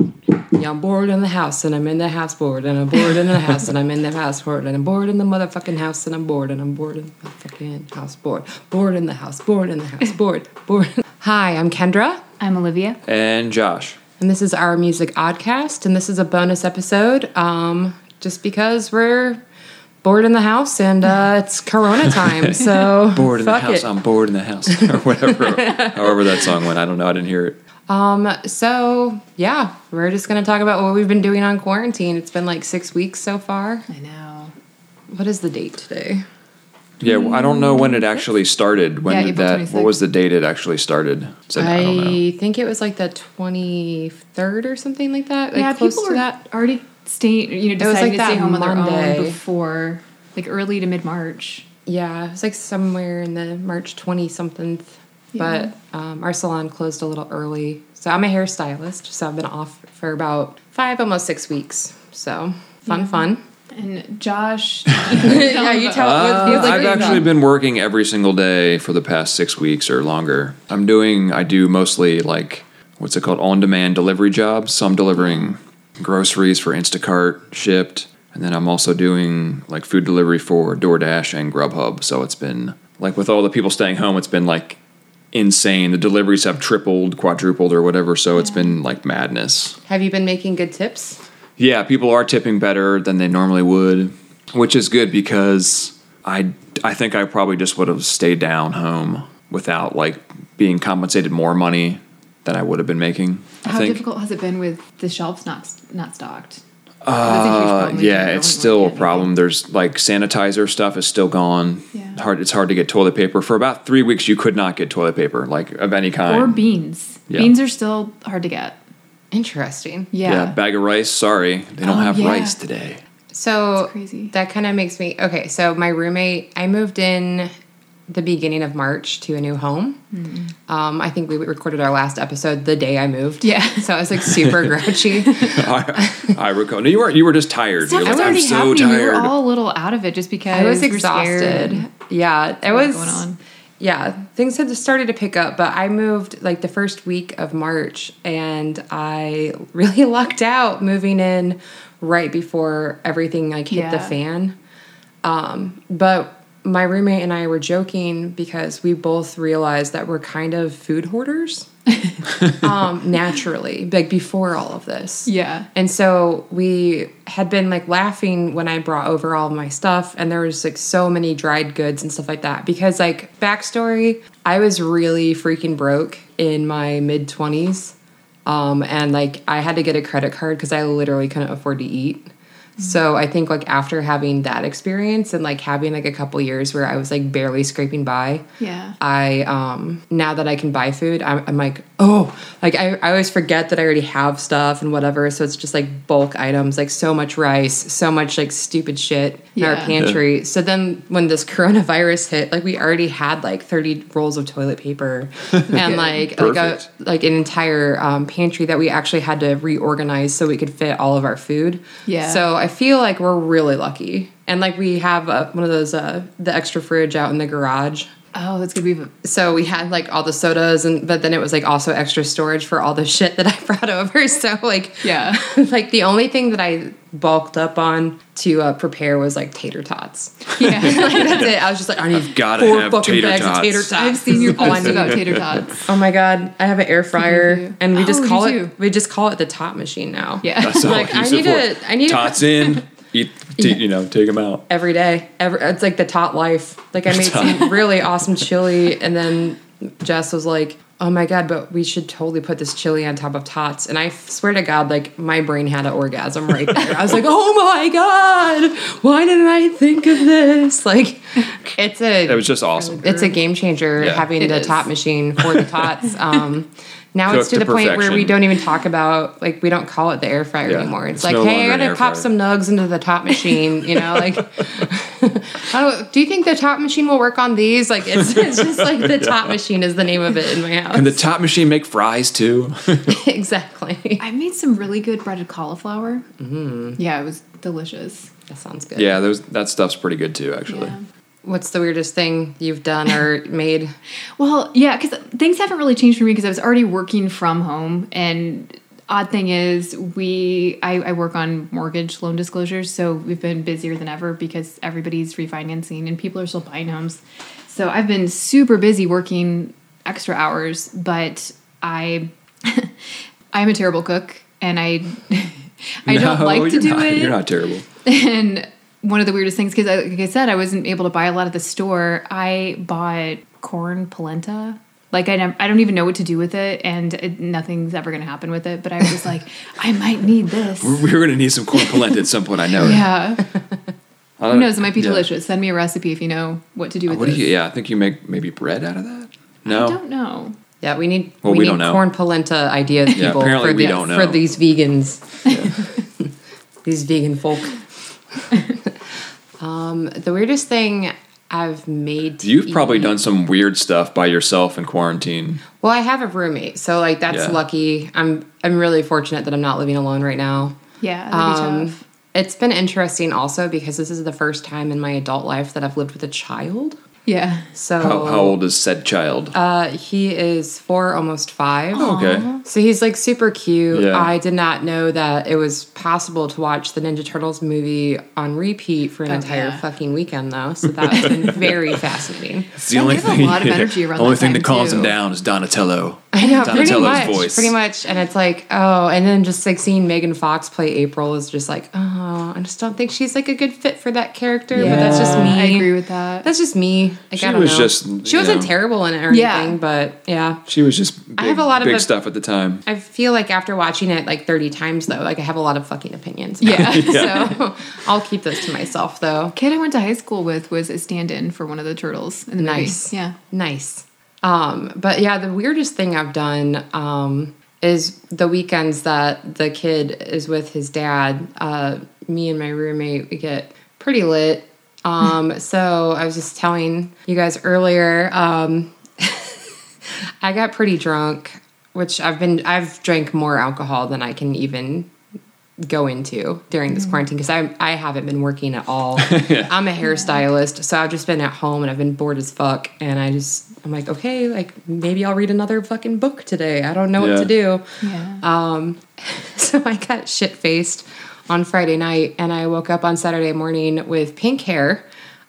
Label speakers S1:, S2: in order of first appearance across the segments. S1: thing. I'm bored in the house and I'm in the house bored and I'm bored in the house and I'm in the house bored and I'm bored in the motherfucking house and I'm bored and I'm bored in the motherfucking house bored. Bored in the house, bored in the house, bored, bored. Hi, I'm Kendra.
S2: I'm Olivia.
S3: And Josh.
S1: And this is our music oddcast, and this is a bonus episode. Um, just because we're bored in the house and uh, it's Corona time, so
S3: Bored in the
S1: fuck
S3: house.
S1: it.
S3: um. I'm bored in the house, or whatever. however that song went. I don't know. I didn't hear it.
S1: Um, so yeah, we're just gonna talk about what we've been doing on quarantine. It's been like six weeks so far.
S2: I know.
S1: What is the date today?
S3: Yeah, well, I don't know when it actually started. When
S2: Yeah,
S3: did
S2: April
S3: that?
S2: 26th.
S3: What was the date it actually started? So, I, don't know.
S1: think it was like the twenty third or something like that. Like
S2: yeah,
S1: close
S2: people
S1: to
S2: were
S1: that.
S2: already staying, you know,
S1: was
S2: deciding
S1: like
S2: to stay
S1: that
S2: home on their
S1: Monday.
S2: own before, like early to mid March.
S1: Yeah, it was like somewhere in the March twenty something.
S2: Yeah.
S1: But um, our salon closed a little early, so I'm a hairstylist. So I've been off for about five, almost six weeks. So fun, fun.
S2: And Josh,
S1: yeah, you tell.
S3: Uh,
S1: it was like
S3: I've actually been working every single day for the past six weeks or longer. I'm doing. I do mostly like what's it called? On-demand delivery jobs. So I'm delivering groceries for Instacart shipped, and then I'm also doing like food delivery for DoorDash and Grubhub. So it's been like with all the people staying home, it's been like insane. The deliveries have tripled, quadrupled, or whatever. So it's been like madness.
S1: Have you been making good tips?
S3: Yeah, people are tipping better than they normally would, which is good because I I think I probably just would have stayed down home without like being compensated more money than I would have been making. I
S2: how
S3: think.
S2: difficult has it been with the shelves not not stocked?
S3: Uh, yeah, it's still a problem. There's like sanitizer stuff is still gone.
S2: Yeah.
S3: Hard, it's hard to get toilet paper. For about three weeks, you could not get toilet paper, like of any kind.
S2: Or beans.
S3: Yeah.
S2: Beans are still hard to get.
S1: Interesting.
S2: Yeah.
S3: yeah. bag of rice. Sorry, they don't
S2: Oh,
S3: have
S2: yeah.
S3: rice today.
S1: So
S2: That's crazy.
S1: that kind of makes me okay. So my roommate, I moved in the beginning of March to a new home.
S2: Mm.
S1: Um, I think we recorded our last episode the day I moved.
S2: Yeah.
S1: so I was like super grouchy.
S3: I, I recall. No, you weren't. You were just tired. You were
S2: Stuff was
S3: like, I'm
S2: already
S3: so
S2: happening. We
S3: tired.
S2: were all a little out of it just because
S1: I was
S2: we're scared.
S1: exhausted. Yeah, it
S2: lot
S1: was
S2: going on.
S1: Yeah, things had started to pick up, but I moved like the first week of March, and I really lucked out moving in right before everything like hit the
S2: Yeah.
S1: fan. Um, but my roommate and I were joking because we both realized that we're kind of food hoarders um, naturally, like before all of this.
S2: Yeah.
S1: And so we had been like laughing when I brought over all of my stuff, and there was like so many dried goods and stuff like that. Because, like, backstory, I was really freaking broke in my mid 20s. Um, and like, I had to get a credit card because I literally couldn't afford to eat. So I think like after having that experience and like having like a couple years where I was like barely scraping by,
S2: Yeah.
S1: I um now that I can buy food, I'm, I'm like, oh, like I, I always forget that I already have stuff and whatever. So it's just like bulk items, like so much rice, so much like stupid shit in our
S2: Yeah.
S1: pantry. So then when this coronavirus hit, like we already had like 30 rolls of toilet paper and like like a,
S3: Perfect.
S1: like an entire um, pantry that we actually had to reorganize so we could fit all of our food.
S2: Yeah.
S1: So I feel like we're really lucky. And like we have uh one of those uh, the extra fridge out in the garage
S2: Oh, that's gonna be
S1: so we had like all the sodas and but then it was like also extra storage for all the shit that I brought over. So like
S2: Yeah.
S1: like the only thing that I bulked up on to uh, prepare was like tater tots.
S2: Yeah.
S1: Like, that's it. I was just like I need
S3: gotta
S1: four
S3: have
S1: fucking
S3: tater
S1: bags
S3: tots.
S1: of tater tots.
S2: I've seen
S1: This
S2: your
S1: is all I
S2: post
S1: need.
S2: about tater tots.
S1: Oh my god, I have an air fryer
S2: you.
S1: and we just
S2: Oh,
S1: call
S2: you
S1: it
S2: do.
S1: we just call it the tot machine now.
S2: Yeah.
S3: That's all
S1: Like,
S3: I
S1: I
S3: use it
S1: need
S3: for.
S1: to- I need to-
S3: tots in. Eat, t- you know, take them out.
S1: every day. Every it's like the tot life. Like I made some really awesome chili, and then Jess was like, "Oh my god, but we should totally put this chili on top of tots." And I swear to God, like my brain had an orgasm right there. I was like, "Oh my god, why didn't I think of this?" Like it's a
S3: It was just awesome.
S1: it's a game changer
S3: Yeah.
S1: having
S2: It
S1: the
S2: is.
S1: top machine for the tots. Um, now it's
S3: Cooked
S1: to
S3: to
S1: the point where we
S3: perfection.
S1: don't even talk about like we don't call it the air fryer
S3: Yeah.
S1: anymore. It's,
S3: It's
S1: like,
S3: no
S1: hey, I
S3: longer an
S1: gotta
S3: air
S1: pop
S3: fryer.
S1: some nugs into the top machine. You know, like, oh, do you think the top machine will work on these? Like, it's, it's just like the top machine is the name of it in my house.
S3: Can the top machine make fries too?
S1: exactly.
S2: I made some really good breaded cauliflower.
S3: Mm-hmm.
S2: Mm. Yeah, it was delicious.
S1: That sounds good.
S3: yeah, those, that stuff's pretty good too, actually.
S2: Yeah.
S1: What's the weirdest thing you've done or made?
S2: Well, yeah, because things haven't really changed for me because I was already working from home and odd thing is we I, I work on mortgage loan disclosures so we've been busier than ever because everybody's refinancing and people are still buying homes so i've been super busy working extra hours but i i'm a terrible cook and i i don't
S3: No,
S2: like to
S3: you're
S2: do
S3: not,
S2: it
S3: You're not terrible.
S2: and one of the weirdest things, because like I said, I wasn't able to buy a lot at the store. I bought corn polenta. Like I, don't- I don't even know what to do with it, and it, nothing's ever going to happen with it. But I was just like, I might need this.
S3: We're going to need some corn polenta at some point. I know.
S2: Yeah,
S3: I
S2: who
S3: don't-
S2: knows? It might be
S3: yeah. Uh,
S2: delicious. Send me a recipe if you know what to do with
S3: What do
S2: this.
S3: you? Yeah, I think you make maybe bread out of that.
S2: I
S3: No,
S2: don't know.
S1: Yeah, we need
S3: Well,
S1: we,
S3: we
S1: need
S3: don't know.
S1: corn polenta ideas,
S3: Yeah,
S1: people.
S3: apparently
S1: for
S3: we
S1: the-
S3: don't know.
S1: for these vegans. these vegan folk. um, the weirdest thing I've made. to
S3: You've
S1: eat-
S3: probably done some weird stuff by yourself in quarantine.
S1: Well, I have a roommate, so like that's
S3: Yeah.
S1: lucky. I'm I'm really fortunate that I'm not living alone right now.
S2: Yeah, that'd be
S1: Um,
S2: tough.
S1: It's been interesting also because this is the first time in my adult life that I've lived with a child.
S2: Yeah,
S1: So
S3: How,
S2: Oh.
S3: how old is said child?
S1: Uh, he is four, almost five.
S3: Oh, okay.
S1: So he's like super cute.
S3: Yeah.
S1: I did not know that it was possible to watch the Ninja Turtles movie on repeat for an
S2: Oh,
S1: entire
S2: yeah.
S1: fucking weekend, though. So that's been very fascinating.
S3: It's the
S2: Well, they have a lot of energy around
S3: only
S2: that
S3: thing
S2: time,
S3: that calms
S2: too.
S3: him down is Donatello.
S1: I know,
S3: Donatello's
S1: pretty much,
S3: voice.
S1: pretty much. And it's like, oh, and then just like seeing Megan Fox play April is just like, oh, I just don't think she's like a good fit for that character. But that's just
S2: Yeah,
S1: me.
S2: I agree with that.
S1: That's just me. Like,
S3: She
S1: I don't
S3: was
S1: know.
S3: just,
S1: she
S3: you
S1: wasn't
S3: know.
S1: terrible in it or
S2: Yeah.
S1: anything, but yeah.
S3: She was just big,
S1: I have a lot of
S3: big
S1: a-
S3: stuff at the time.
S1: I feel like after watching it like 30 times though, like I have a lot of fucking opinions.
S2: Yeah.
S1: So I'll keep those to myself though.
S2: kid I went to high school with was a stand-in for one of the turtles in the
S1: Nice.
S2: movie. Yeah,
S1: Nice. Um, but yeah, the weirdest thing I've done um, is the weekends that the kid is with his dad. Uh, me and my roommate, we get pretty lit. Um, so I was just telling you guys earlier, um, I got pretty drunk, which I've been, I've drank more alcohol than I can even go into during this quarantine because I I haven't been working at all. I'm a hairstylist, so I've just been at home and I've been bored as fuck. And I just I'm like, okay, like maybe I'll read another fucking book today. I don't know
S3: Yeah.
S1: what to do.
S2: yeah.
S3: Uh,
S1: Um, so I got shit faced on Friday night, and I woke up on Saturday morning with pink hair.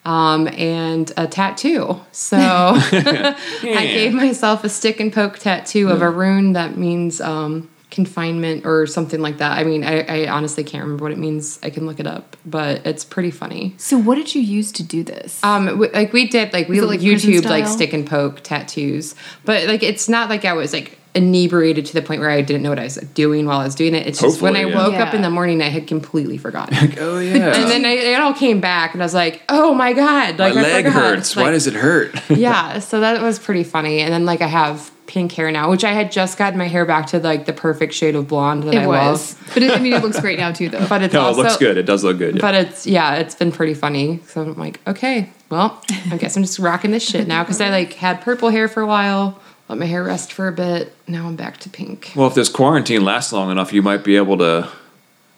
S1: Um, and a tattoo. So I gave myself a stick and poke tattoo of a rune that means um, confinement or something like that. I mean, I, I honestly can't remember what it means. I can look it up, but it's pretty funny.
S2: so what did you use to do this?
S1: Um, w- like we did, like we
S2: Is it, like, prison
S1: YouTube like
S2: style?
S1: stick and poke tattoos, but like it's not like I was like inebriated to the point where I didn't know what I was doing while I was doing it. It's just when I
S3: Hopefully, yeah.
S1: woke up in
S2: Yeah.
S1: the morning, I had completely forgotten,
S3: Oh yeah.
S1: and then I, it all came back, and I was like, "Oh my god!"
S3: my
S1: Like I
S3: leg
S1: forgot.
S3: hurts. Why
S1: Like,
S3: does it hurt?
S1: yeah, so that was pretty funny. And then like I have pink hair now, which I had just gotten my hair back to like the perfect shade of blonde that
S2: it
S1: I
S2: was,
S1: love.
S2: but it, I mean, it looks great now too, though.
S1: But it's
S3: no,
S1: also
S3: it looks good. It does look good. Yeah.
S1: But it's yeah, it's been pretty funny. So I'm like, okay, well, I guess I'm just rocking this shit now because I like had purple hair for a while, let my hair rest for a bit. Now I'm back to pink.
S3: Well, if this quarantine lasts long enough, you might be able to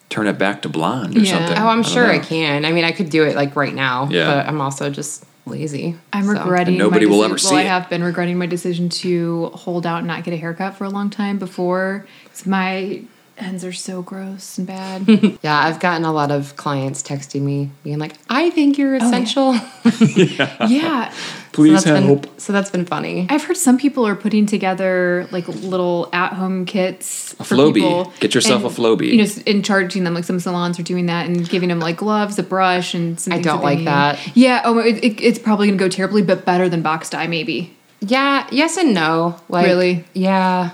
S3: turn it back to blonde or
S2: Yeah.
S3: something.
S1: Oh, I'm
S3: don't
S1: sure I
S3: know.
S1: can. I mean, I could do it like right now,
S3: Yeah.
S1: but I'm also just lazy.
S2: I'm
S1: so.
S2: regretting.
S3: And nobody
S2: my
S3: will
S2: deci-
S3: ever see
S2: Well, I
S3: it.
S2: have been regretting my decision to hold out and not get a haircut for a long time before. 'cause my ends are so gross and bad.
S1: Yeah, I've gotten a lot of clients texting me being like, "I think you're
S2: Oh, yeah.
S1: essential."
S2: yeah,
S3: Please
S1: so that's
S3: help.
S1: Been, so that's been funny.
S2: I've heard some people are putting together like little at-home kits. A
S3: Flowbee. Get yourself a Flowbee.
S2: You know, s- and charging them like some salons are doing that and giving them like gloves, a brush, and some.
S1: I
S2: things
S1: don't
S2: they
S1: like
S2: need.
S1: that.
S2: Yeah. Oh, it, it, it's probably gonna go terribly, but better than box dye, maybe.
S1: Yeah, yes and no. Like
S2: Really?
S1: Yeah.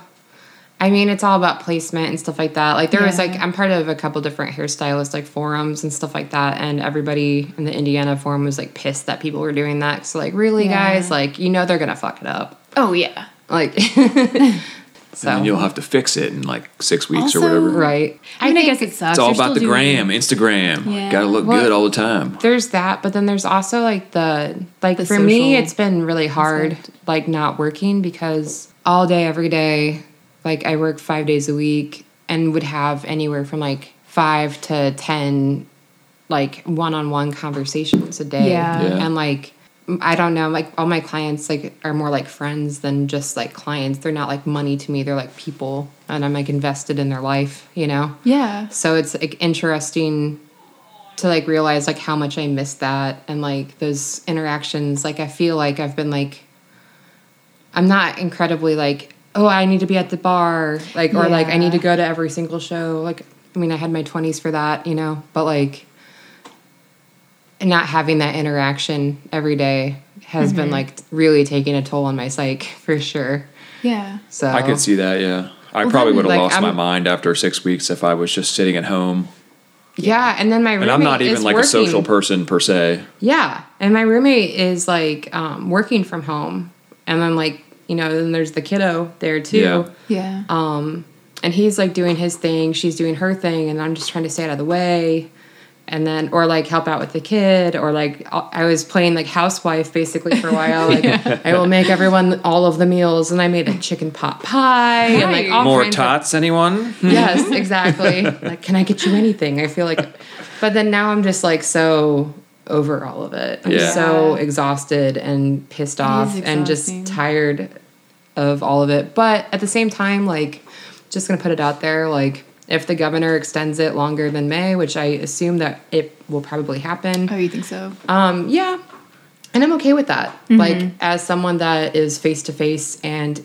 S1: I mean, it's all about placement and stuff like that. Like there was
S2: Yeah.
S1: like I'm part of a couple different hairstylist like forums and stuff like that and everybody in the Indiana forum was like pissed that people were doing that. So like, really
S2: Yeah.
S1: guys, like you know they're going to fuck it up.
S2: Oh yeah.
S1: Like
S3: And then
S1: so
S3: you'll have to fix it in like six weeks
S2: Also-
S3: or whatever.
S1: right.
S2: I, mean, I
S1: think
S2: guess it sucks.
S3: It's all
S2: They're
S3: about the
S2: still doing it.
S3: gram, Instagram.
S2: Yeah.
S3: Gotta look
S1: Well-
S3: good all the time.
S1: there's that, but then there's also like the like
S2: The
S1: for me
S2: social
S1: it's been really hard like not working because all day every day like I work 5 days a week and would have anywhere from like 5 to 10 like one-on-one conversations a day
S2: Yeah.
S3: Yeah.
S1: and like I don't know, like all my clients like are more like friends than just like clients. They're not like money to me. They're like people and I'm like invested in their life, you know?
S2: Yeah.
S1: So it's like interesting to like realize like how much I miss that and like those interactions. Like I feel like I've been like I'm not incredibly like, oh, I need to be at the bar, like or like I need to
S2: Yeah.
S1: go to every single show. Like I mean, I had my 20s for that, you know, but like not having that interaction every day has been like really taking a toll on my psyche for sure.
S2: Yeah.
S1: So
S3: I could see that, yeah. I
S1: Well,
S3: probably
S1: then,
S3: would have
S1: like,
S3: lost my
S1: I'm-
S3: mind after six weeks if I was just sitting at home.
S1: Yeah, and then my roommate
S3: And I'm not
S1: is
S3: even like
S1: working.
S3: a social person per se.
S1: Yeah, and my roommate is like um, working from home, and then like you know, then there's the kiddo there too,
S3: Yeah.
S2: Yeah.
S1: Um, and he's like doing his thing, she's doing her thing, and I'm just trying to stay out of the way, and then or like help out with the kid, or like I I was playing like housewife basically for a while. Like I will make everyone all of the meals, and I made a chicken pot pie and like all
S3: More
S1: kinds of-
S3: tots, anyone?
S1: yes, exactly. like, can I get you anything? I feel like, but then now I'm just like so over all of it. I'm
S3: Yeah.
S1: so exhausted and pissed off and
S2: exhausting.
S1: just tired of all of it. But at the same time, like, just gonna put it out there, like. If the governor extends it longer than May, which I assume that it will probably happen,
S2: oh, you think so?
S1: um, yeah. And I'm okay with that.
S2: Mm-hmm.
S1: Like, as someone that is face to face and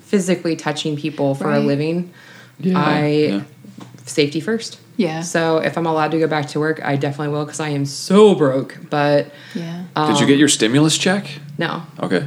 S1: physically touching people for a
S2: Right.
S1: living, I
S3: Yeah.
S1: safety first.
S2: Yeah.
S1: So if I'm allowed to go back to work, I definitely will because I am so broke. But
S2: yeah.
S1: uh,
S3: Did you get your stimulus check?
S1: no,
S3: Okay.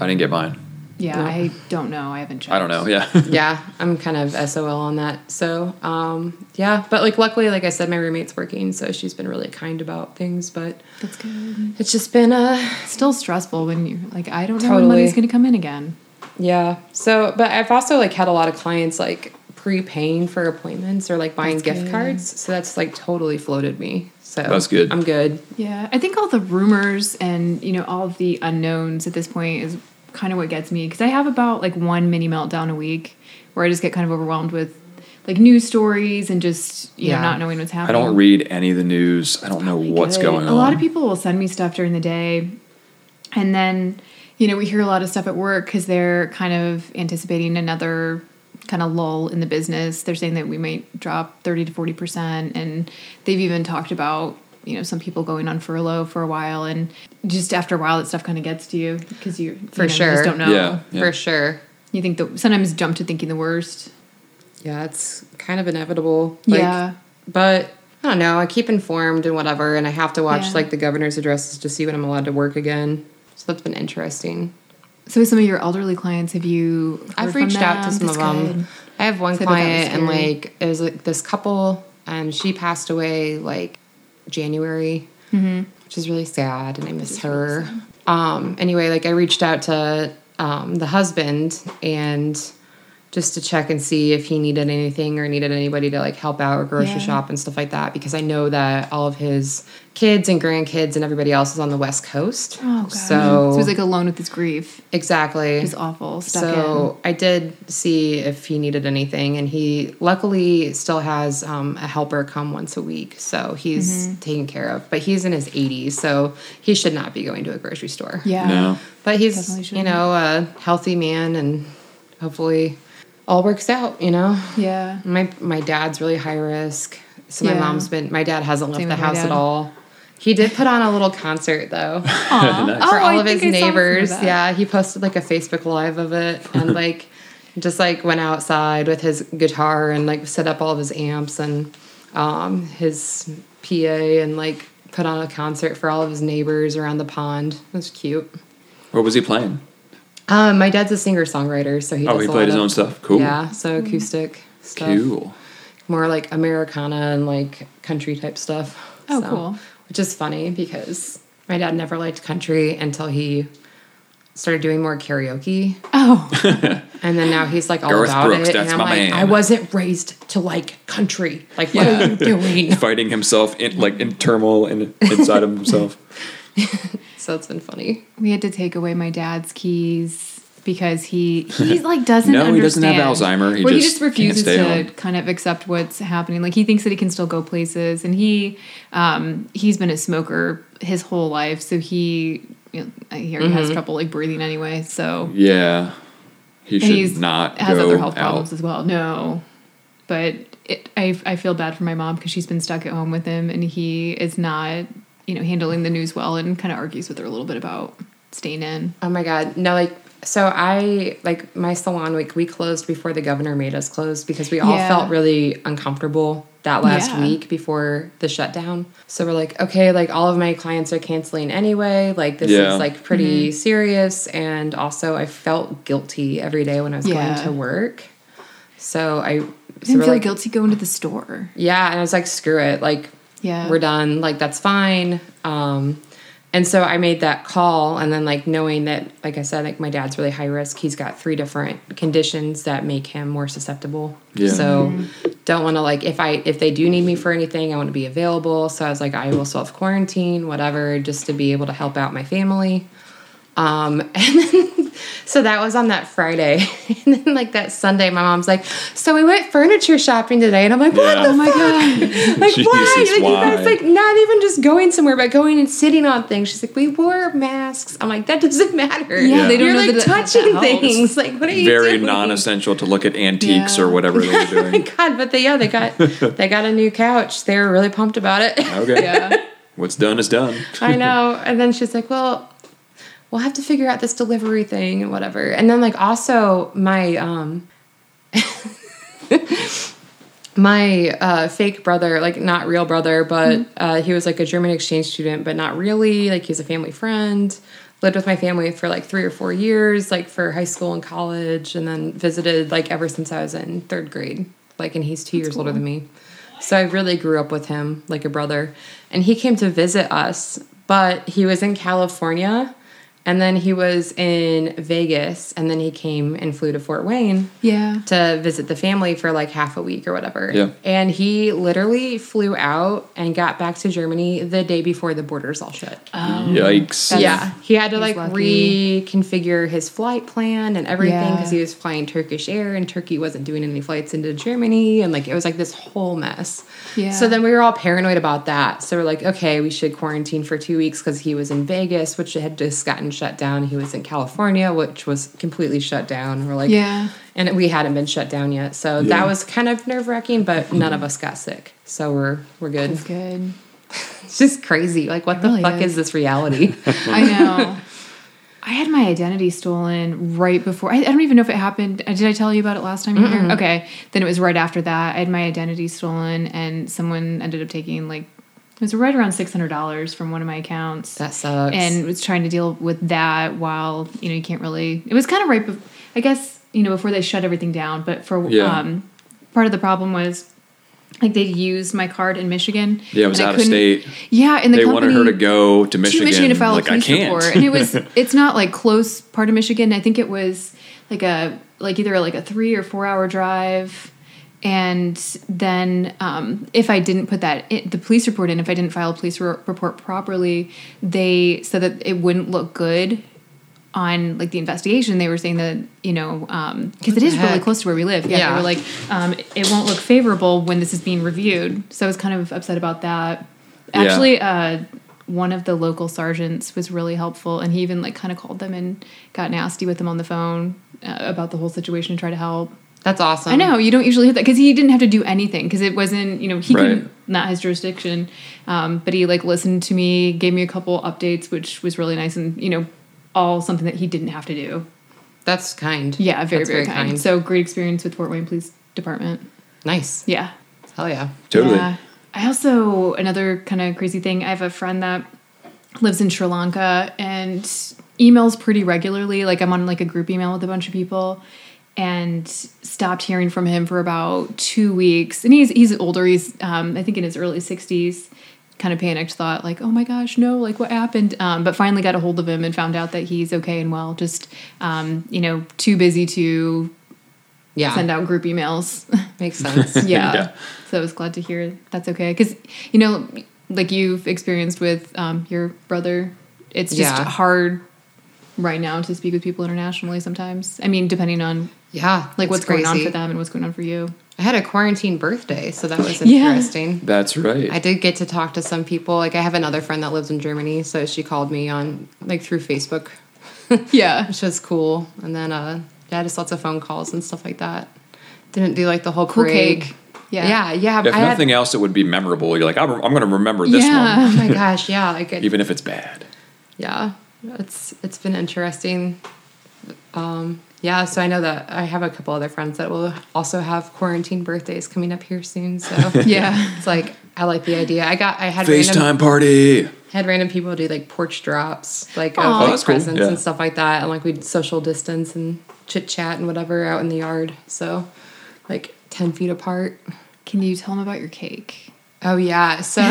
S3: I didn't get mine.
S2: yeah.
S1: no.
S2: I don't know. I haven't checked.
S3: I don't know. Yeah.
S1: yeah, I'm kind of SOL on that. So um, yeah, but like luckily, like I said, my roommate's working, so she's been really kind about things. But
S2: That's good.
S1: it's just been a
S2: It's still stressful when you're like, I don't know when
S1: Totally.
S2: money's going to come in again.
S1: Yeah. So, but I've also like had a lot of clients like prepaying for appointments or like buying
S2: That's
S1: gift
S2: good.
S1: cards. So that's like totally floated me. So
S3: That's good.
S1: I'm good.
S2: Yeah, I think all the rumors and you know all of the unknowns at this point is kind of what gets me because I have about like one mini meltdown a week where I just get kind of overwhelmed with like news stories and just you
S1: Yeah.
S2: know not knowing what's
S3: I
S2: happening.
S3: don't read any of the news. I don't know what's
S2: Good.
S3: going on.
S2: A lot of people will send me stuff during the day, and then you know we hear a lot of stuff at work because they're kind of anticipating another kind of lull in the business. They're saying that we might drop thirty to forty percent, and they've even talked about you know some people going on furlough for a while, and just after a while, that stuff kind of gets to you because you
S1: For
S2: you know, you
S1: sure.
S2: just don't know.
S3: Yeah.
S1: For sure.
S2: You think that sometimes jump to thinking the worst.
S1: Yeah, it's kind of inevitable. Like,
S2: Yeah.
S1: But I don't know. I keep informed and whatever, and I have to watch
S2: Yeah.
S1: like the governor's addresses to see when I'm allowed to work again. So that's been interesting.
S2: So with some of your elderly clients, have you? heard
S1: I've
S2: from
S1: reached out to some
S2: That's
S1: of them.
S2: good.
S1: I have one
S2: Said that that was
S1: client, and
S2: scary.
S1: like it was like this couple, and she passed away like January,
S2: Mm-hmm.
S1: which is really sad, and I miss her. Um, anyway, like I reached out to um, the husband and just to check and see if he needed anything or needed anybody to like help out or grocery
S2: Yeah.
S1: shop and stuff like that because I know that all of his kids and grandkids and everybody else is on the west coast.
S2: Oh god.
S1: So,
S2: so he's like alone with his grief.
S1: exactly.
S2: It was awful. Stuck
S1: So I did see if he needed anything, and he luckily still has um, a helper come once a week, so he's
S2: Mm-hmm.
S1: taken care of. But he's in his 80s, so he should not be going to a grocery store.
S2: in. Yeah.
S3: No.
S1: but
S2: Definitely
S1: he's you
S2: shouldn't.
S1: know a healthy man, and hopefully all works out. You know,
S2: Yeah.
S1: my my dad's really high risk, so my
S2: Yeah.
S1: mom's been. My dad hasn't left
S2: Same
S1: the
S2: with my
S1: house at
S2: dad.
S1: all. He did put on a little concert though
S2: Aw.
S1: for all
S2: Oh, I
S1: of his
S2: think I saw some of
S1: neighbors.
S2: that.
S1: yeah, he posted like a Facebook live of it and like just like went outside with his guitar and like set up all of his amps and um, his PA and like put on a concert for all of his neighbors around the pond. It was cute.
S3: What was he playing?
S1: Um, my dad's a singer songwriter, so he
S3: Oh,
S1: does
S3: he
S1: a
S3: played
S1: lot
S3: his
S1: of-
S3: own stuff. Cool.
S1: Yeah, so acoustic
S2: Mm.
S1: stuff,
S3: Cool.
S1: more like Americana and like country type stuff.
S2: Oh, cool.
S1: Which is funny because my dad never liked country until he started doing more karaoke.
S2: Oh.
S1: And then now he's like all
S3: Garth
S1: about
S3: Brooks,
S1: it.
S3: that's
S1: and I'm
S3: my
S1: like,
S3: man.
S1: I wasn't raised to like country. Like, what are you doing?
S3: Fighting himself in like in turmoil and inside of himself.
S1: so it's been funny.
S2: we had to take away my dad's keys because he he like doesn't
S3: No, he doesn't
S2: understand.
S3: have Alzheimer. He
S2: Well,
S3: just can't
S2: refuses
S3: stay
S2: to
S3: home.
S2: kind of accept what's happening. Like he thinks that he can still go places, and he um he's been a smoker his whole life, so he you know, I hear he
S3: Mm-hmm.
S2: has trouble like breathing anyway. So
S3: Yeah. He
S2: and
S3: should
S2: he's
S3: not
S2: has
S3: go
S2: other health
S3: out.
S2: problems as well. No, but it, I I feel bad for my mom because she's been stuck at home with him, and he is not you know handling the news well, and kind of argues with her a little bit about staying in.
S1: Oh my god. No, like so I like my salon week we closed before the governor made us close because we all
S2: Yeah.
S1: felt really uncomfortable that last
S2: Yeah.
S1: week before the shutdown. So we're like, okay, like all of my clients are canceling anyway. Like this
S3: Yeah.
S1: is like pretty
S2: Mm-hmm.
S1: serious and also I felt guilty every day when I was
S2: Yeah.
S1: going to work. So I so
S2: I didn't
S1: we're
S2: feel
S1: like,
S2: guilty going to the store.
S1: yeah, and I was like, screw it, like
S2: Yeah.
S1: we're done, like that's fine. Um, and so I made that call, and then like knowing that, like I said, like my dad's really high risk. He's got three different conditions that make him more susceptible.
S3: Yeah.
S1: So don't want to like if I if they do need me for anything, I want to be available. So I was like, I will self quarantine, whatever, just to be able to help out my family. Um, and then, so that was on that Friday, and then like that Sunday, my mom's like, "So we went furniture shopping today," and I'm like, "What
S3: Yeah.
S1: the
S2: Oh my god.
S1: like
S3: Jesus,
S1: why? Like you
S3: why?
S1: guys like not even just going somewhere, but going and sitting on things. She's like, we wore masks. I'm like, that doesn't matter.
S2: Yeah,
S3: they don't
S1: You're
S2: know
S1: like
S2: that that-
S1: touching
S2: that helps.
S1: things. Like, what are you
S3: Very
S1: doing?
S3: non-essential to look at antiques
S2: Yeah.
S3: or whatever they were
S1: Oh my
S3: doing.
S1: god! But they yeah, they got they got a new couch. They were really pumped about it.
S3: Okay.
S2: Yeah.
S3: What's done is done.
S1: I know. And then she's like, well, we'll have to figure out this delivery thing and whatever. And then like also my um my uh, fake brother, like not real brother, but uh, he was like a German exchange student, but not really. Like he's a family friend. Lived with my family for like three or four years, like for high school and college, and then visited like ever since I was in third grade. Like, and he's two years older than me. So I really grew up with him like a brother. And he came to visit us, but he was in California and then he was in Vegas and then he came and flew to Fort Wayne
S2: Yeah.
S1: to visit the family for like half a week or whatever.
S3: Yeah.
S1: And he literally flew out and got back to Germany the day before the borders all shut.
S3: Yikes.
S2: Um, That's-
S1: yeah. He had to
S2: He's
S1: like
S2: lucky.
S1: reconfigure his flight plan and everything
S2: Yeah.
S1: because he was flying Turkish Air and Turkey wasn't doing any flights into Germany. And like it was like this whole mess.
S2: Yeah.
S1: So then we were all paranoid about that. So we're like, okay, we should quarantine for two weeks because he was in Vegas, which had just gotten shut down. He was in California, which was completely shut down. We're like,
S2: Yeah.
S1: and we hadn't been shut down yet. So
S3: Yeah.
S1: that was kind of nerve wracking, but none of us got sick. So we're we're good.
S2: It's good.
S1: It's just crazy. Like what the
S2: really
S1: fuck
S2: is.
S1: is. this reality?
S2: I know. I had my identity stolen right before. I, I don't even know if it happened. uh, Did I tell you about it last time you were here? Okay. Then it was right after that. I had my identity stolen, and someone ended up taking like it was right around six hundred dollars from one of my accounts.
S1: that sucks.
S2: and was trying to deal with that while you know you can't really it was kind of right bef- i guess you know before they shut everything down but for
S3: Yeah.
S2: um part of the problem was like they used my card in michigan
S3: Yeah, it was
S2: and I
S3: out of
S2: couldn't-
S3: state.
S2: yeah and the
S3: They
S2: company
S3: wanted her to go to Michigan.
S2: to michigan to file
S3: like,
S2: a police
S3: I can't.
S2: report and it was it's not like close part of michigan i think it was like a like either like a three or four hour drive and then um, if i didn't put that in, the police report in if i didn't file a police re- report properly they said that it wouldn't look good on like the investigation they were saying that you know because it is really
S1: heck?
S2: close to where we live yeah,
S1: Yeah.
S2: they were like um, it won't look favorable when this is being reviewed so i was kind of upset about that
S3: Yeah.
S2: actually uh, one of the local sergeants was really helpful and he even like kind of called them and got nasty with them on the phone uh, about the whole situation and tried to help
S1: That's awesome.
S2: I know you don't usually hit that because he didn't have to do anything because it wasn't you know he
S3: Right.
S2: couldn't not his jurisdiction, um, but he like listened to me, gave me a couple updates, which was really nice and you know all something that he didn't have to do.
S1: That's kind.
S2: Yeah, very
S1: That's
S2: very, kind. So great experience with Fort Wayne Police Department.
S1: nice.
S2: Yeah,
S1: Hell yeah.
S3: Totally.
S2: yeah. I also another kind of crazy thing. I have a friend that lives in Sri Lanka and emails pretty regularly. Like I'm on like a group email with a bunch of people and stopped hearing from him for about two weeks. And he's he's older. He's um, I think in his early 60s. Kind of panicked, thought like, "Oh my gosh, no! Like, what happened?" Um, but finally got a hold of him and found out that he's okay and well. Just, um, you know, too busy to
S1: Yeah.
S2: send out group emails.
S1: Makes sense.
S2: yeah.
S3: Yeah.
S2: So I was glad to hear that's okay. Because, you know, like you've experienced with um, your brother, it's just
S1: Yeah.
S2: hard right now to speak with people internationally sometimes. I mean, depending on
S1: Yeah.
S2: like
S1: it's
S2: what's going on
S1: crazy.
S2: for them and what's going on for you.
S1: I had a quarantine birthday, so that was
S2: Yeah.
S1: interesting.
S3: That's right.
S1: I did get to talk to some people. Like I have another friend that lives in Germany, so she called me on like through Facebook,
S2: Yeah.
S1: which was cool. And then uh yeah, just lots of phone calls and stuff like that. Didn't do like the whole
S2: Cool
S1: parade.
S2: cake. Yeah.
S1: Yeah, yeah.
S3: if
S1: I had-
S3: nothing else, it would be memorable. You're like, I'm, I'm going to remember this
S2: Yeah.
S3: one,
S1: oh my gosh, yeah, like it,
S3: even if it's bad.
S1: yeah, it's it's been interesting. Um, yeah, so I know that I have a couple other friends that will also have quarantine birthdays coming up here soon. So
S2: Yeah.
S1: it's like I like the idea. I got I had random-
S3: FaceTime party.
S1: had random people do like porch drops, like
S2: Aw.
S1: of
S2: Oh,
S1: like,
S3: that's cool.
S1: presents
S3: Yeah.
S1: and stuff like that, and like we'd social distance and chit chat and whatever out in the yard. So, like ten feet apart.
S2: Can you tell them about your cake?
S1: Oh yeah, so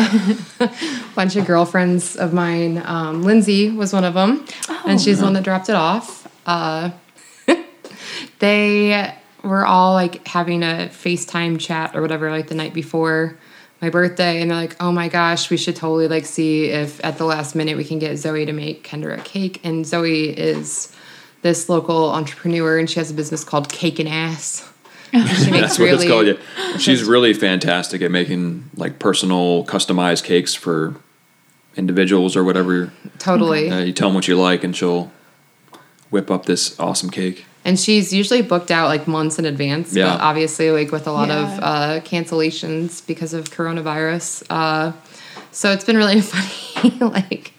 S1: bunch of girlfriends of mine. Um, Lindsay was one of them, and she's the one that dropped it off. Uh, they were all like having a FaceTime chat or whatever, like the night before my birthday, and they're like, "Oh my gosh, we should totally like see if at the last minute we can get Zoe to make Kendra a cake." And Zoe is this local entrepreneur, and she has a business called Cake and Ass. She
S3: That's what it's called. Yeah. She's really fantastic at making like personal, customized cakes for individuals or whatever.
S1: Totally.
S3: Uh, you tell them what you like, and she'll whip up this awesome cake.
S1: and she's usually booked out like months in advance
S3: Yeah.
S1: but obviously like with a lot of
S2: Yeah.
S1: uh, cancellations because of coronavirus uh, so it's been really funny like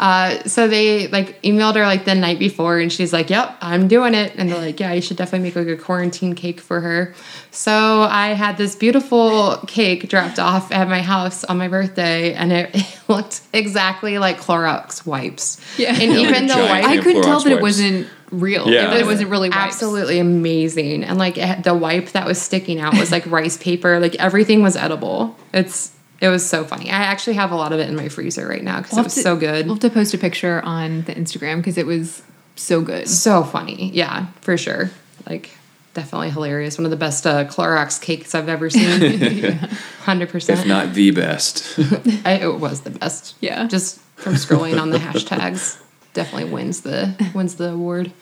S1: uh, so they like emailed her like the night before and she's like yep i'm doing it and they're like yeah you should definitely make like a quarantine cake for her so i had this beautiful cake dropped off at my house on my birthday and it, looked exactly like clorox wipes
S2: Yeah.
S1: and
S2: Yeah,
S3: like
S1: even
S3: a
S1: the
S3: giant
S1: wipes
S2: I
S3: Came
S2: couldn't
S3: Clorox
S2: tell that it
S3: wipes.
S2: wasn't real.
S3: Yeah.
S2: That
S3: It
S2: it wasn't really wipes.
S1: absolutely amazing and like it, had- the wipe that was sticking out was like rice paper like everything was edible it's it was so funny i actually have a lot of it in my freezer right now because
S2: We'll
S1: it
S2: have
S1: was
S2: to-
S1: so good
S2: We'll have to post a picture on the Instagram because it was so good.
S1: so funny yeah for sure like definitely hilarious one of the best uh, clorox cakes i've ever seen 100%
S3: If not the best.
S1: I, it was the best
S2: Yeah.
S1: just from scrolling on the hashtags definitely wins the wins the award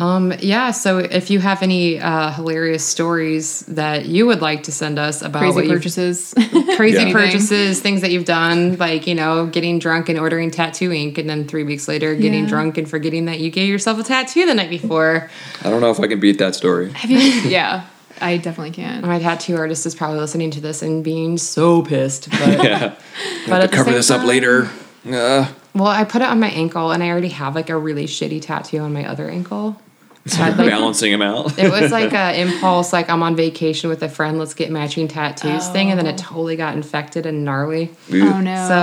S1: um yeah so if you have any uh hilarious stories that you would like to send us about what
S2: Crazy
S1: you've-
S2: purchases.
S1: crazy
S3: Yeah.
S1: purchases things that you've done like you know getting drunk and ordering tattoo ink and then three weeks later getting
S2: Yeah.
S1: drunk and forgetting that you gave yourself a tattoo the night before
S3: I don't know if I can beat that story.
S2: Have you? Yeah. I definitely can.
S1: my tattoo artist is probably listening to this and being so pissed but
S3: Yeah.
S1: But
S3: to
S1: at the
S3: cover
S1: same
S3: this up
S1: time-
S3: later. Uh,
S1: Well, I put it on my ankle, and I already have like a really shitty tattoo on my other ankle. So I'd, like-
S3: balancing them out.
S1: it was like a impulse, like I'm on vacation with a friend, let's get matching tattoos thing, and then it totally got infected and gnarly.
S2: Oh no.
S1: So,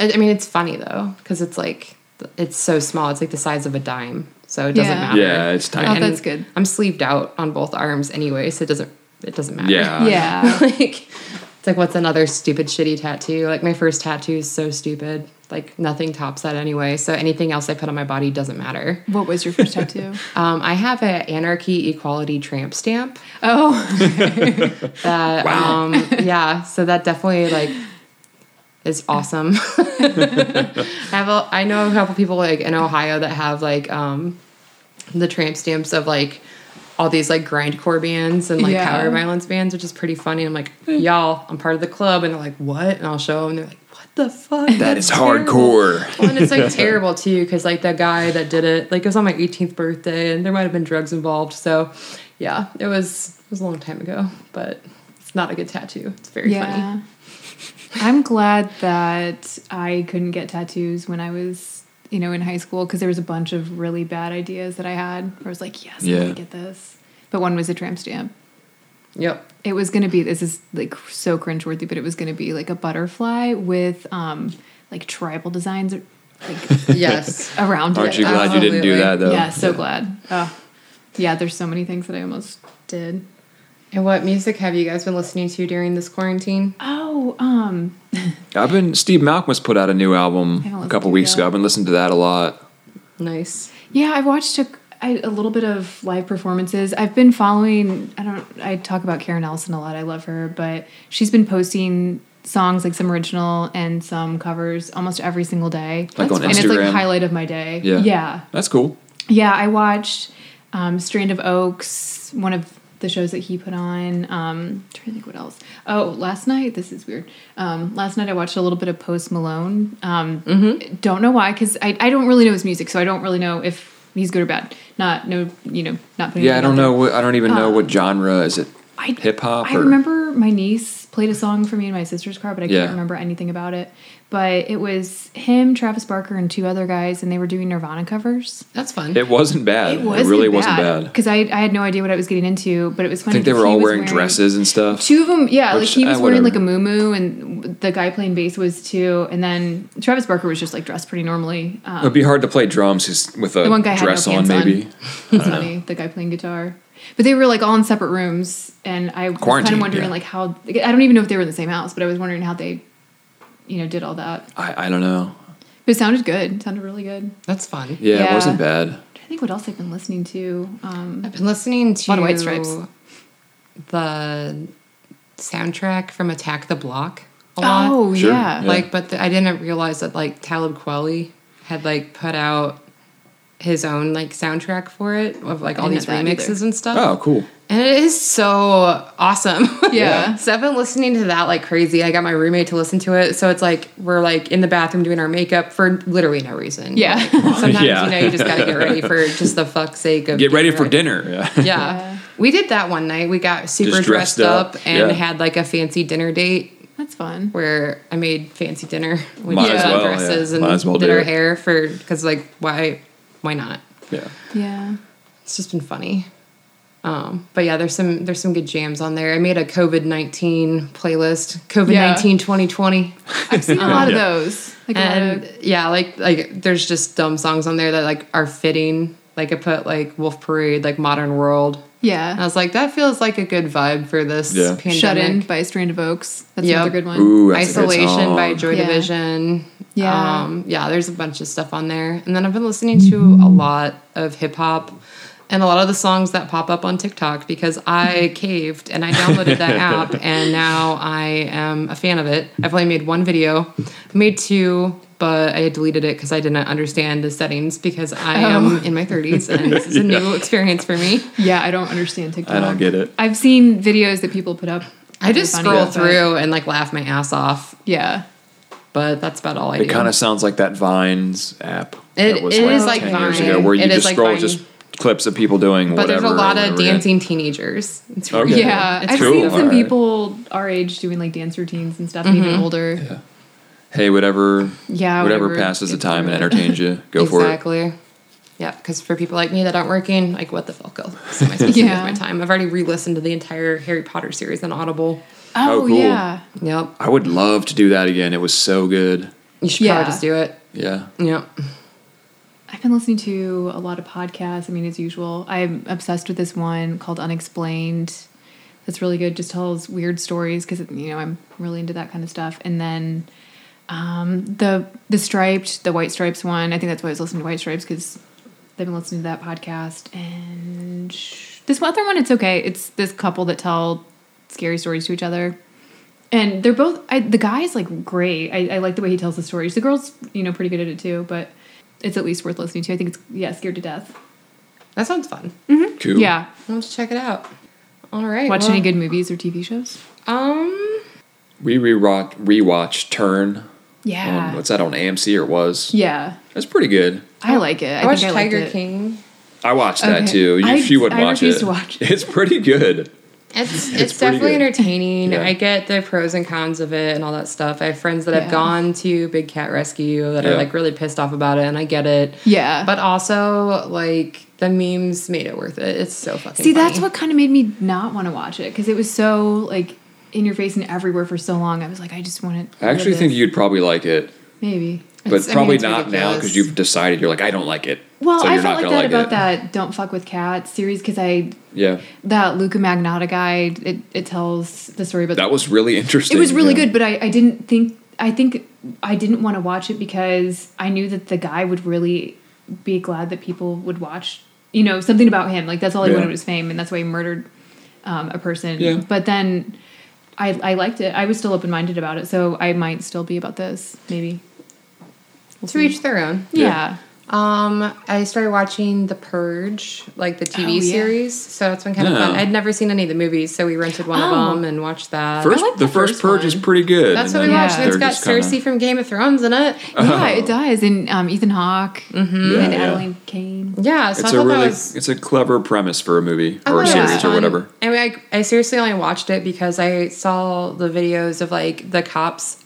S1: I I mean, it's funny though, because it's like it's so small, it's like the size of a dime, so it doesn't
S2: Yeah.
S1: matter.
S3: Yeah, it's
S2: Oh,
S3: tiny.
S1: And
S2: that's good.
S1: I'm sleeved out on both arms anyway, so it doesn't it doesn't matter.
S3: Yeah.
S2: Yeah.
S1: like it's like what's another stupid shitty tattoo like my first tattoo is so stupid like nothing tops that anyway so anything else i put on my body doesn't matter
S2: what was your first tattoo?
S1: um, i have a anarchy equality tramp stamp
S2: Oh,
S1: that
S3: Wow.
S1: um yeah so that definitely like is awesome i have a, i know a couple people like in ohio that have like um the tramp stamps of like all these like grindcore bands and like
S2: Yeah.
S1: power violence bands which is pretty funny i'm like y'all i'm part of the club and they're like what and i'll show them and they're like what the fuck
S3: that is
S1: terrible."
S3: hardcore.
S1: well, and it's like terrible too because like the guy that did it like it was on my 18th birthday and there might have been drugs involved so yeah it was it was a long time ago but it's not a good tattoo it's very funny
S2: yeah. I'm glad that I couldn't get tattoos when I was, you know, in high school because there was a bunch of really bad ideas that I had. Where I was like, yes, I'm
S3: Yeah.
S2: gonna get this. But one was a tramp stamp.
S1: yep
S2: It was gonna be this is like so cringeworthy, but it was gonna be like a butterfly with um like tribal designs like
S1: yes
S2: around
S3: Aren't
S2: it. Uh-huh.
S3: you glad you didn't do
S1: Absolutely.
S3: that though?
S2: yeah, so glad. Oh, yeah. There's so many things that I almost did.
S1: and what music have you guys been listening to during this quarantine
S2: Oh, um,
S3: I've been Steve Malkmus put out a new
S2: haven't
S3: album a
S2: listened
S3: couple
S2: to
S3: weeks
S2: that.
S3: ago. I've been listening to that a lot.
S1: nice
S2: Yeah, I've watched a, I, a little bit of live performances. I've been following. I don't. I talk about Karen Ellison a lot. I love her, but she's been posting songs, like some original and some covers, almost every single day.
S3: Like on
S2: and it's like
S3: Instagram?
S2: a highlight of my day.
S3: Yeah.
S2: yeah.
S3: That's cool.
S2: Yeah, I watched um, Strand of Oaks, one of the shows that he put on. Um, trying to think what else. Oh, last night. This is weird. Um, last night I watched a little bit of Post Malone. Um,
S3: Mm-hmm.
S2: Don't know why, because I, I don't really know his music, so I don't really know if he's good or bad. Not no, you know, not putting.
S3: Yeah,
S2: it
S3: I don't
S2: out there.
S3: know. What, I don't even know what genre is it. Hip hop.
S2: I remember my niece played a song for me in my sister's car, but I
S3: Yeah.
S2: can't remember anything about it. But it was him, Travis Barker, and two other guys, and they were doing Nirvana covers.
S1: That's fun.
S3: It wasn't bad. It, really wasn't bad.
S2: because I, I had no idea what I was getting into, but it was
S3: I
S2: funny.
S3: think they
S2: that
S3: were
S2: he
S3: all
S2: was
S3: wearing dresses and stuff.
S2: Two of them, yeah,
S3: Which,
S2: like he was
S3: eh,
S2: wearing like a
S3: whatever.
S2: muumuu, and the guy playing bass was too. And then Travis Barker was just like dressed pretty normally. Um,
S3: It'd be hard to play drums just with a
S2: the one guy
S3: dress
S2: had no
S3: on,
S2: pants
S3: maybe.
S2: That's funny. The guy playing guitar, but they were like all in separate rooms, and I was kind
S3: Quarantine,
S2: of wondering
S3: yeah.
S2: like how. like, I don't even know if they were in the same house, but I was wondering how they, you know, did all that.
S3: I, I don't know.
S2: But it sounded good. It sounded really good.
S1: That's fun.
S3: Yeah, it
S2: Yeah.
S3: wasn't bad.
S2: I think what else I've been listening to. Um,
S1: I've been listening to
S2: lot of White Stripes.
S1: the soundtrack from Attack the Block a lot.
S2: oh
S3: Sure,
S2: yeah.
S3: yeah.
S1: Like, but the, I didn't realize that like Talib Kweli had like put out his own like soundtrack for it of like all
S2: didn't
S1: these
S2: know that
S1: remixes
S2: either.
S1: and stuff.
S3: Oh, cool.
S1: And it is so awesome.
S2: Yeah.
S1: so I've been listening to that like crazy. I got my roommate to listen to it. So it's like we're like in the bathroom doing our makeup for literally no reason.
S2: Yeah.
S1: Like, sometimes
S3: Yeah.
S1: you know you just gotta get ready for just the fuck's sake of
S3: Get ready
S1: getting
S3: for dinner. Yeah.
S1: Yeah. We did that one night. We got super
S3: Just
S1: dressed,
S3: dressed
S1: up,
S3: up.
S1: and
S3: Yeah.
S1: had like a fancy dinner date
S2: That's fun.
S1: where I made fancy dinner with
S3: Might
S1: just
S2: as
S1: on
S2: well,
S3: yeah.
S1: dresses
S3: Might
S1: and
S3: as well
S1: did
S3: do
S1: our
S3: it.
S1: hair for because like why why not?
S3: yeah.
S2: Yeah.
S1: It's just been funny. Um, but yeah, there's some there's some good jams on there. I made a COVID nineteen playlist, COVID 19 2020.
S2: I've seen a lot of
S3: Yeah.
S2: those. Like a lot
S1: Um, and
S2: of,
S1: yeah, like like there's just dumb songs on there that like are fitting. Like I put like Wolf Parade, like Modern World. And I
S2: yeah.
S1: was like, that feels like a good vibe for this
S3: Yeah.
S1: pandemic.
S2: Shut in by Strand of Oaks. That's
S1: Yep.
S2: another good one.
S3: Ooh, that's a good
S1: Isolation by
S3: song.
S1: Joy
S2: Yeah.
S1: Division.
S2: Yeah.
S1: Um, yeah, there's a bunch of stuff on there. And then I've been listening to
S2: Mm-hmm.
S1: a lot of hip hop and a lot of the songs that pop up on TikTok because
S2: Mm-hmm.
S1: I caved and I downloaded that app and now I am a fan of it. I've only made one video, made two, but I deleted it because I didn't understand the settings because I
S2: Oh.
S1: am in my 30s and this is a new experience for me.
S2: Yeah, I don't understand TikTok.
S3: I don't get it.
S2: I've seen videos that people put up.
S1: I just
S2: Funny,
S1: scroll
S2: but-
S1: through and like laugh my ass off,
S2: Yeah.
S1: but that's about all I
S3: It
S1: do.
S3: kind of sounds like that Vines app.
S1: It-
S3: that
S1: it is like
S3: years
S1: Vine.
S3: ago, where you
S1: It is
S3: just
S1: like
S3: scroll
S1: Vine.
S3: just clips of people doing
S1: But
S3: whatever.
S1: there's a lot
S3: over and
S1: of
S3: over again.
S1: dancing teenagers. It's
S3: Okay.
S1: really
S2: Yeah.
S1: It's
S2: I've
S1: cool.
S2: seen some
S3: Alright.
S2: people our age doing like dance routines and stuff, and
S1: Mm-hmm.
S2: even older. Yeah.
S3: Hey, whatever.
S2: Yeah,
S3: Whatever,
S2: whatever
S3: passes the
S2: gets
S3: time and
S2: through it.
S3: entertains you, go for it.
S1: exactly. Yeah, because for people like me that aren't working, like what the fuck else am I supposed to do with
S2: Yeah.
S1: my time? I've already re-listened to the entire Harry Potter series on Audible.
S2: Oh,
S3: cool.
S2: yeah.
S1: Yep,
S3: I would love to do that again. It was so good.
S1: you should
S2: Yeah.
S1: probably just do it.
S3: Yeah.
S1: Yep.
S2: I've been listening to a lot of podcasts. I mean, as usual, I'm obsessed with this one called Unexplained. That's really good. Just tells weird stories because you know I'm really into that kind of stuff. And then um, the the striped, the white stripes one. I think that's why I was listening to White Stripes because they've been listening to that podcast. And this other one, it's okay. It's this couple that tell scary stories to each other. And they're both. I, the guy is like great. I, I like the way he tells the stories. The girl's, you know, pretty good at it too. But it's at least worth listening to. I think it's yeah, scared to death.
S1: That sounds fun.
S3: Cool.
S2: Yeah,
S1: Let's check it out. All right.
S2: watch
S1: well,
S2: any good movies or TV shows.
S1: Um.
S3: We rewatch rewatch Turn.
S2: Yeah,
S3: On, what's that on AMC or was?
S2: yeah,
S3: That's pretty good.
S2: I like it. I,
S1: Oh, I, watched
S2: think I liked
S1: Tiger
S2: it.
S1: King.
S3: I watched that
S2: Okay.
S3: too. You,
S2: I-
S3: she would
S2: I
S3: watch
S2: refuse
S3: it.
S2: to watch it.
S3: It's pretty good.
S1: It's it's,
S3: pretty
S1: definitely
S3: good.
S1: entertaining.
S3: Yeah.
S1: I get the pros and cons of it and all that stuff. I have friends that have
S2: Yeah.
S1: gone to Big Cat Rescue that are
S3: Yeah.
S1: like really pissed off about it, and I get it.
S2: Yeah,
S1: But also, like the memes made it worth it. It's so fucking.
S2: see, that's
S1: funny.
S2: what kind of made me not want to watch it because it was so like in your face and everywhere for so long. I was like, I just want to.
S3: I actually think you'd probably like it,
S2: maybe. um,
S3: but
S1: It's- I mean,
S3: probably
S1: it's
S3: not now
S1: ridiculous.
S3: because you've decided you're like I don't like it.
S2: Well,
S3: so
S2: I
S3: you're
S2: felt like
S3: not
S2: that
S3: gonna like
S2: about
S3: it.
S2: that "Don't Fuck with Cats" series because I
S3: Yeah,
S2: that Luca Magnotta guy it, it tells the story about
S3: that was really interesting.
S2: It was really
S3: yeah.
S2: good, but I, I didn't think I think I didn't want to watch it because I knew that the guy would really be glad that people would watch. You know, something about him. Like that's all he
S3: Yeah.
S2: wanted was fame, and that's why he murdered um, a person.
S3: Yeah.
S2: But then I, I liked it. I was still open minded about it, so I might still be about this. Maybe. We'll
S1: To
S2: see.
S1: each their own.
S2: Yeah.
S3: Yeah.
S1: Um, I started watching The Purge, like the
S2: Oh,
S1: TV
S2: yeah.
S1: series. So it's been kind of
S3: Yeah.
S1: fun. I'd never seen any of the movies, so we rented one
S2: Oh.
S1: of them and watched that.
S3: First,
S2: like
S3: the,
S2: the
S3: first,
S2: first
S3: purge is
S2: one.
S3: pretty good.
S1: That's
S3: and
S1: what we
S3: then
S1: watched. and It's
S3: they're
S1: got
S3: just kinda- Uh,
S1: Cersei from Game of Thrones in it.
S2: Yeah, it does. And um, Ethan Hawke
S3: Mm-hmm. Yeah,
S2: and
S3: yeah.
S2: Adeline Kane.
S1: Yeah, so
S3: It's
S1: I
S3: a
S1: thought
S3: really,
S1: that was
S3: it's a clever premise for a movie
S1: I
S3: or a
S1: thought it was
S3: series or
S1: fun.
S3: whatever.
S1: I mean, I, I seriously only watched it because I saw the videos of like the cops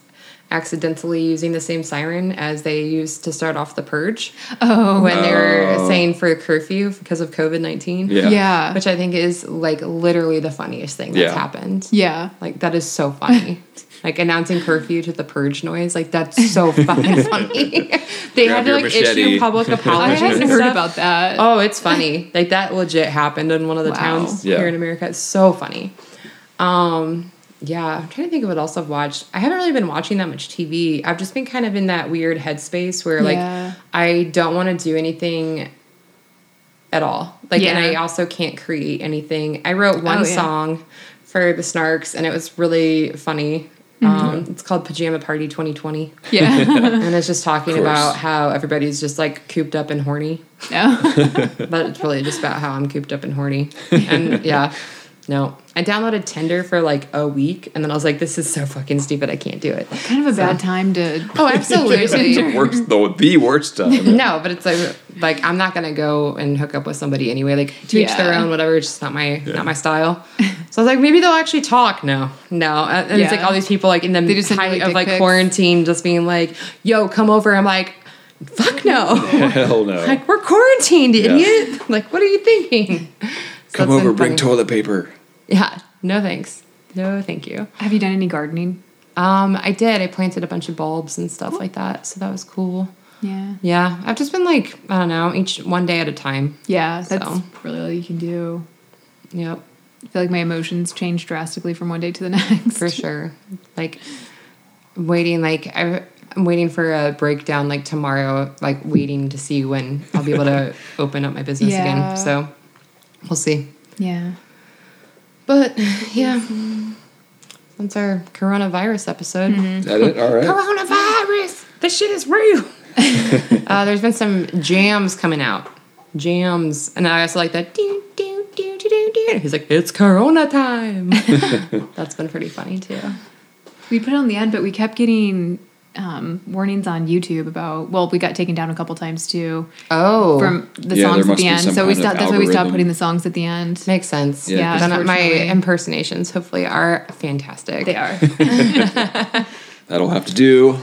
S1: accidentally using the same siren as they used to start off the purge
S2: Oh,
S1: when they were
S3: Oh.
S1: saying for a curfew because of COVID 19.
S3: Yeah.
S2: yeah.
S1: Which I think is like literally the funniest thing that's
S3: Yeah.
S1: happened.
S2: yeah.
S1: Like, that is so funny. like, announcing curfew to the purge noise, like, that's so fucking funny. they had
S3: Grab
S1: to
S3: your
S1: like
S3: machete.
S1: issue public
S2: I
S1: apologies.
S2: hadn't
S1: and
S2: heard
S1: stuff.
S2: about that.
S1: Oh, it's funny. Like that legit happened in one of the
S2: Wow.
S1: towns
S3: Yeah.
S1: here in America. It's so funny. Um, yeah, I'm trying to think of what else I've watched. I haven't really been watching that much TV. I've just been kind of in that weird headspace where like
S2: Yeah.
S1: I don't want to do anything at all. Like and I
S2: Yeah.
S1: also can't create anything. I wrote one
S2: Oh, yeah.
S1: song for the Snarks and it was really funny.
S2: Mm-hmm.
S1: Um, it's called Pajama Party 2020.
S2: Yeah.
S1: And it's just talking
S3: course.
S1: about how everybody's just like cooped up and horny
S2: no.
S1: but it's really just about how I'm cooped up and horny. And yeah, no. I downloaded Tinder for like a week and then I was like, this is so fucking stupid. I can't do it.
S2: kind of a bad time to.
S1: Oh, absolutely.
S3: The worst, the, the worst time.
S1: no, but it's like, like I'm not gonna go and hook up with somebody anyway. Like to each their
S2: Yeah.
S1: own, whatever. It's just not my not my style. So I was like, maybe they'll actually talk. No, no. Uh, And and it's like
S2: Yeah.
S1: all these people like in the
S2: They just send you,
S1: height
S2: like,
S1: of
S2: dick
S1: like
S2: pics.
S1: quarantine, just being like, yo, come over. I'm like, fuck no.
S3: Hell no.
S1: Like we're quarantined,
S3: Yeah.
S1: idiot. Like what are you thinking? So that's
S3: Come
S1: been
S3: over, bring
S1: funny.
S3: toilet paper.
S1: Yeah. No thanks. No, thank you.
S2: Have you done any gardening?
S1: Um, I did. I planted a bunch of bulbs and stuff like that, so that was cool.
S2: Yeah.
S1: Yeah, I've just been like, I don't know, each one day at a time.
S2: Yeah. That's
S1: So.
S2: really all you can do.
S1: Yep,
S2: I feel like my emotions change drastically from one day to the next.
S1: for sure. Like waiting, like I, I'm waiting for a breakdown, like tomorrow. Like waiting to see when I'll be able to open up my business
S2: Yeah.
S1: again. So we'll see.
S2: Yeah.
S1: But yeah, that's our coronavirus episode.
S3: Is that it? All right.
S1: Coronavirus. This shit is real. uh, there's been some jams coming out. Jams. And I also like that. Doo, doo, doo, doo, doo, doo. He's like, it's Corona time. That's been pretty funny too.
S2: We put it on the end, but we kept getting um, warnings on YouTube about. Well, we got taken down a couple times too
S1: Oh.
S2: from the
S3: Yeah, there
S2: songs at
S3: must
S2: the
S3: be
S2: end.
S3: some
S2: So we
S3: kind of
S2: stopped. That's why we stopped
S3: algorithm.
S2: putting the songs at the end.
S1: makes sense.
S3: Yeah,
S1: Then uh, my
S2: unfortunately.
S1: impersonations hopefully are fantastic.
S2: They are.
S3: That'll have to do.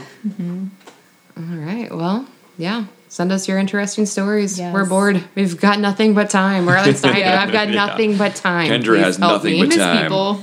S1: All right. Well, yeah. Send us your interesting stories.
S2: Yes.
S1: We're bored. We've got nothing but time. Or at least I do. I've got nothing but time.
S3: Kendra
S1: Please
S3: has
S1: help
S3: nothing
S1: me.
S3: but
S2: Miss
S3: time.
S2: people.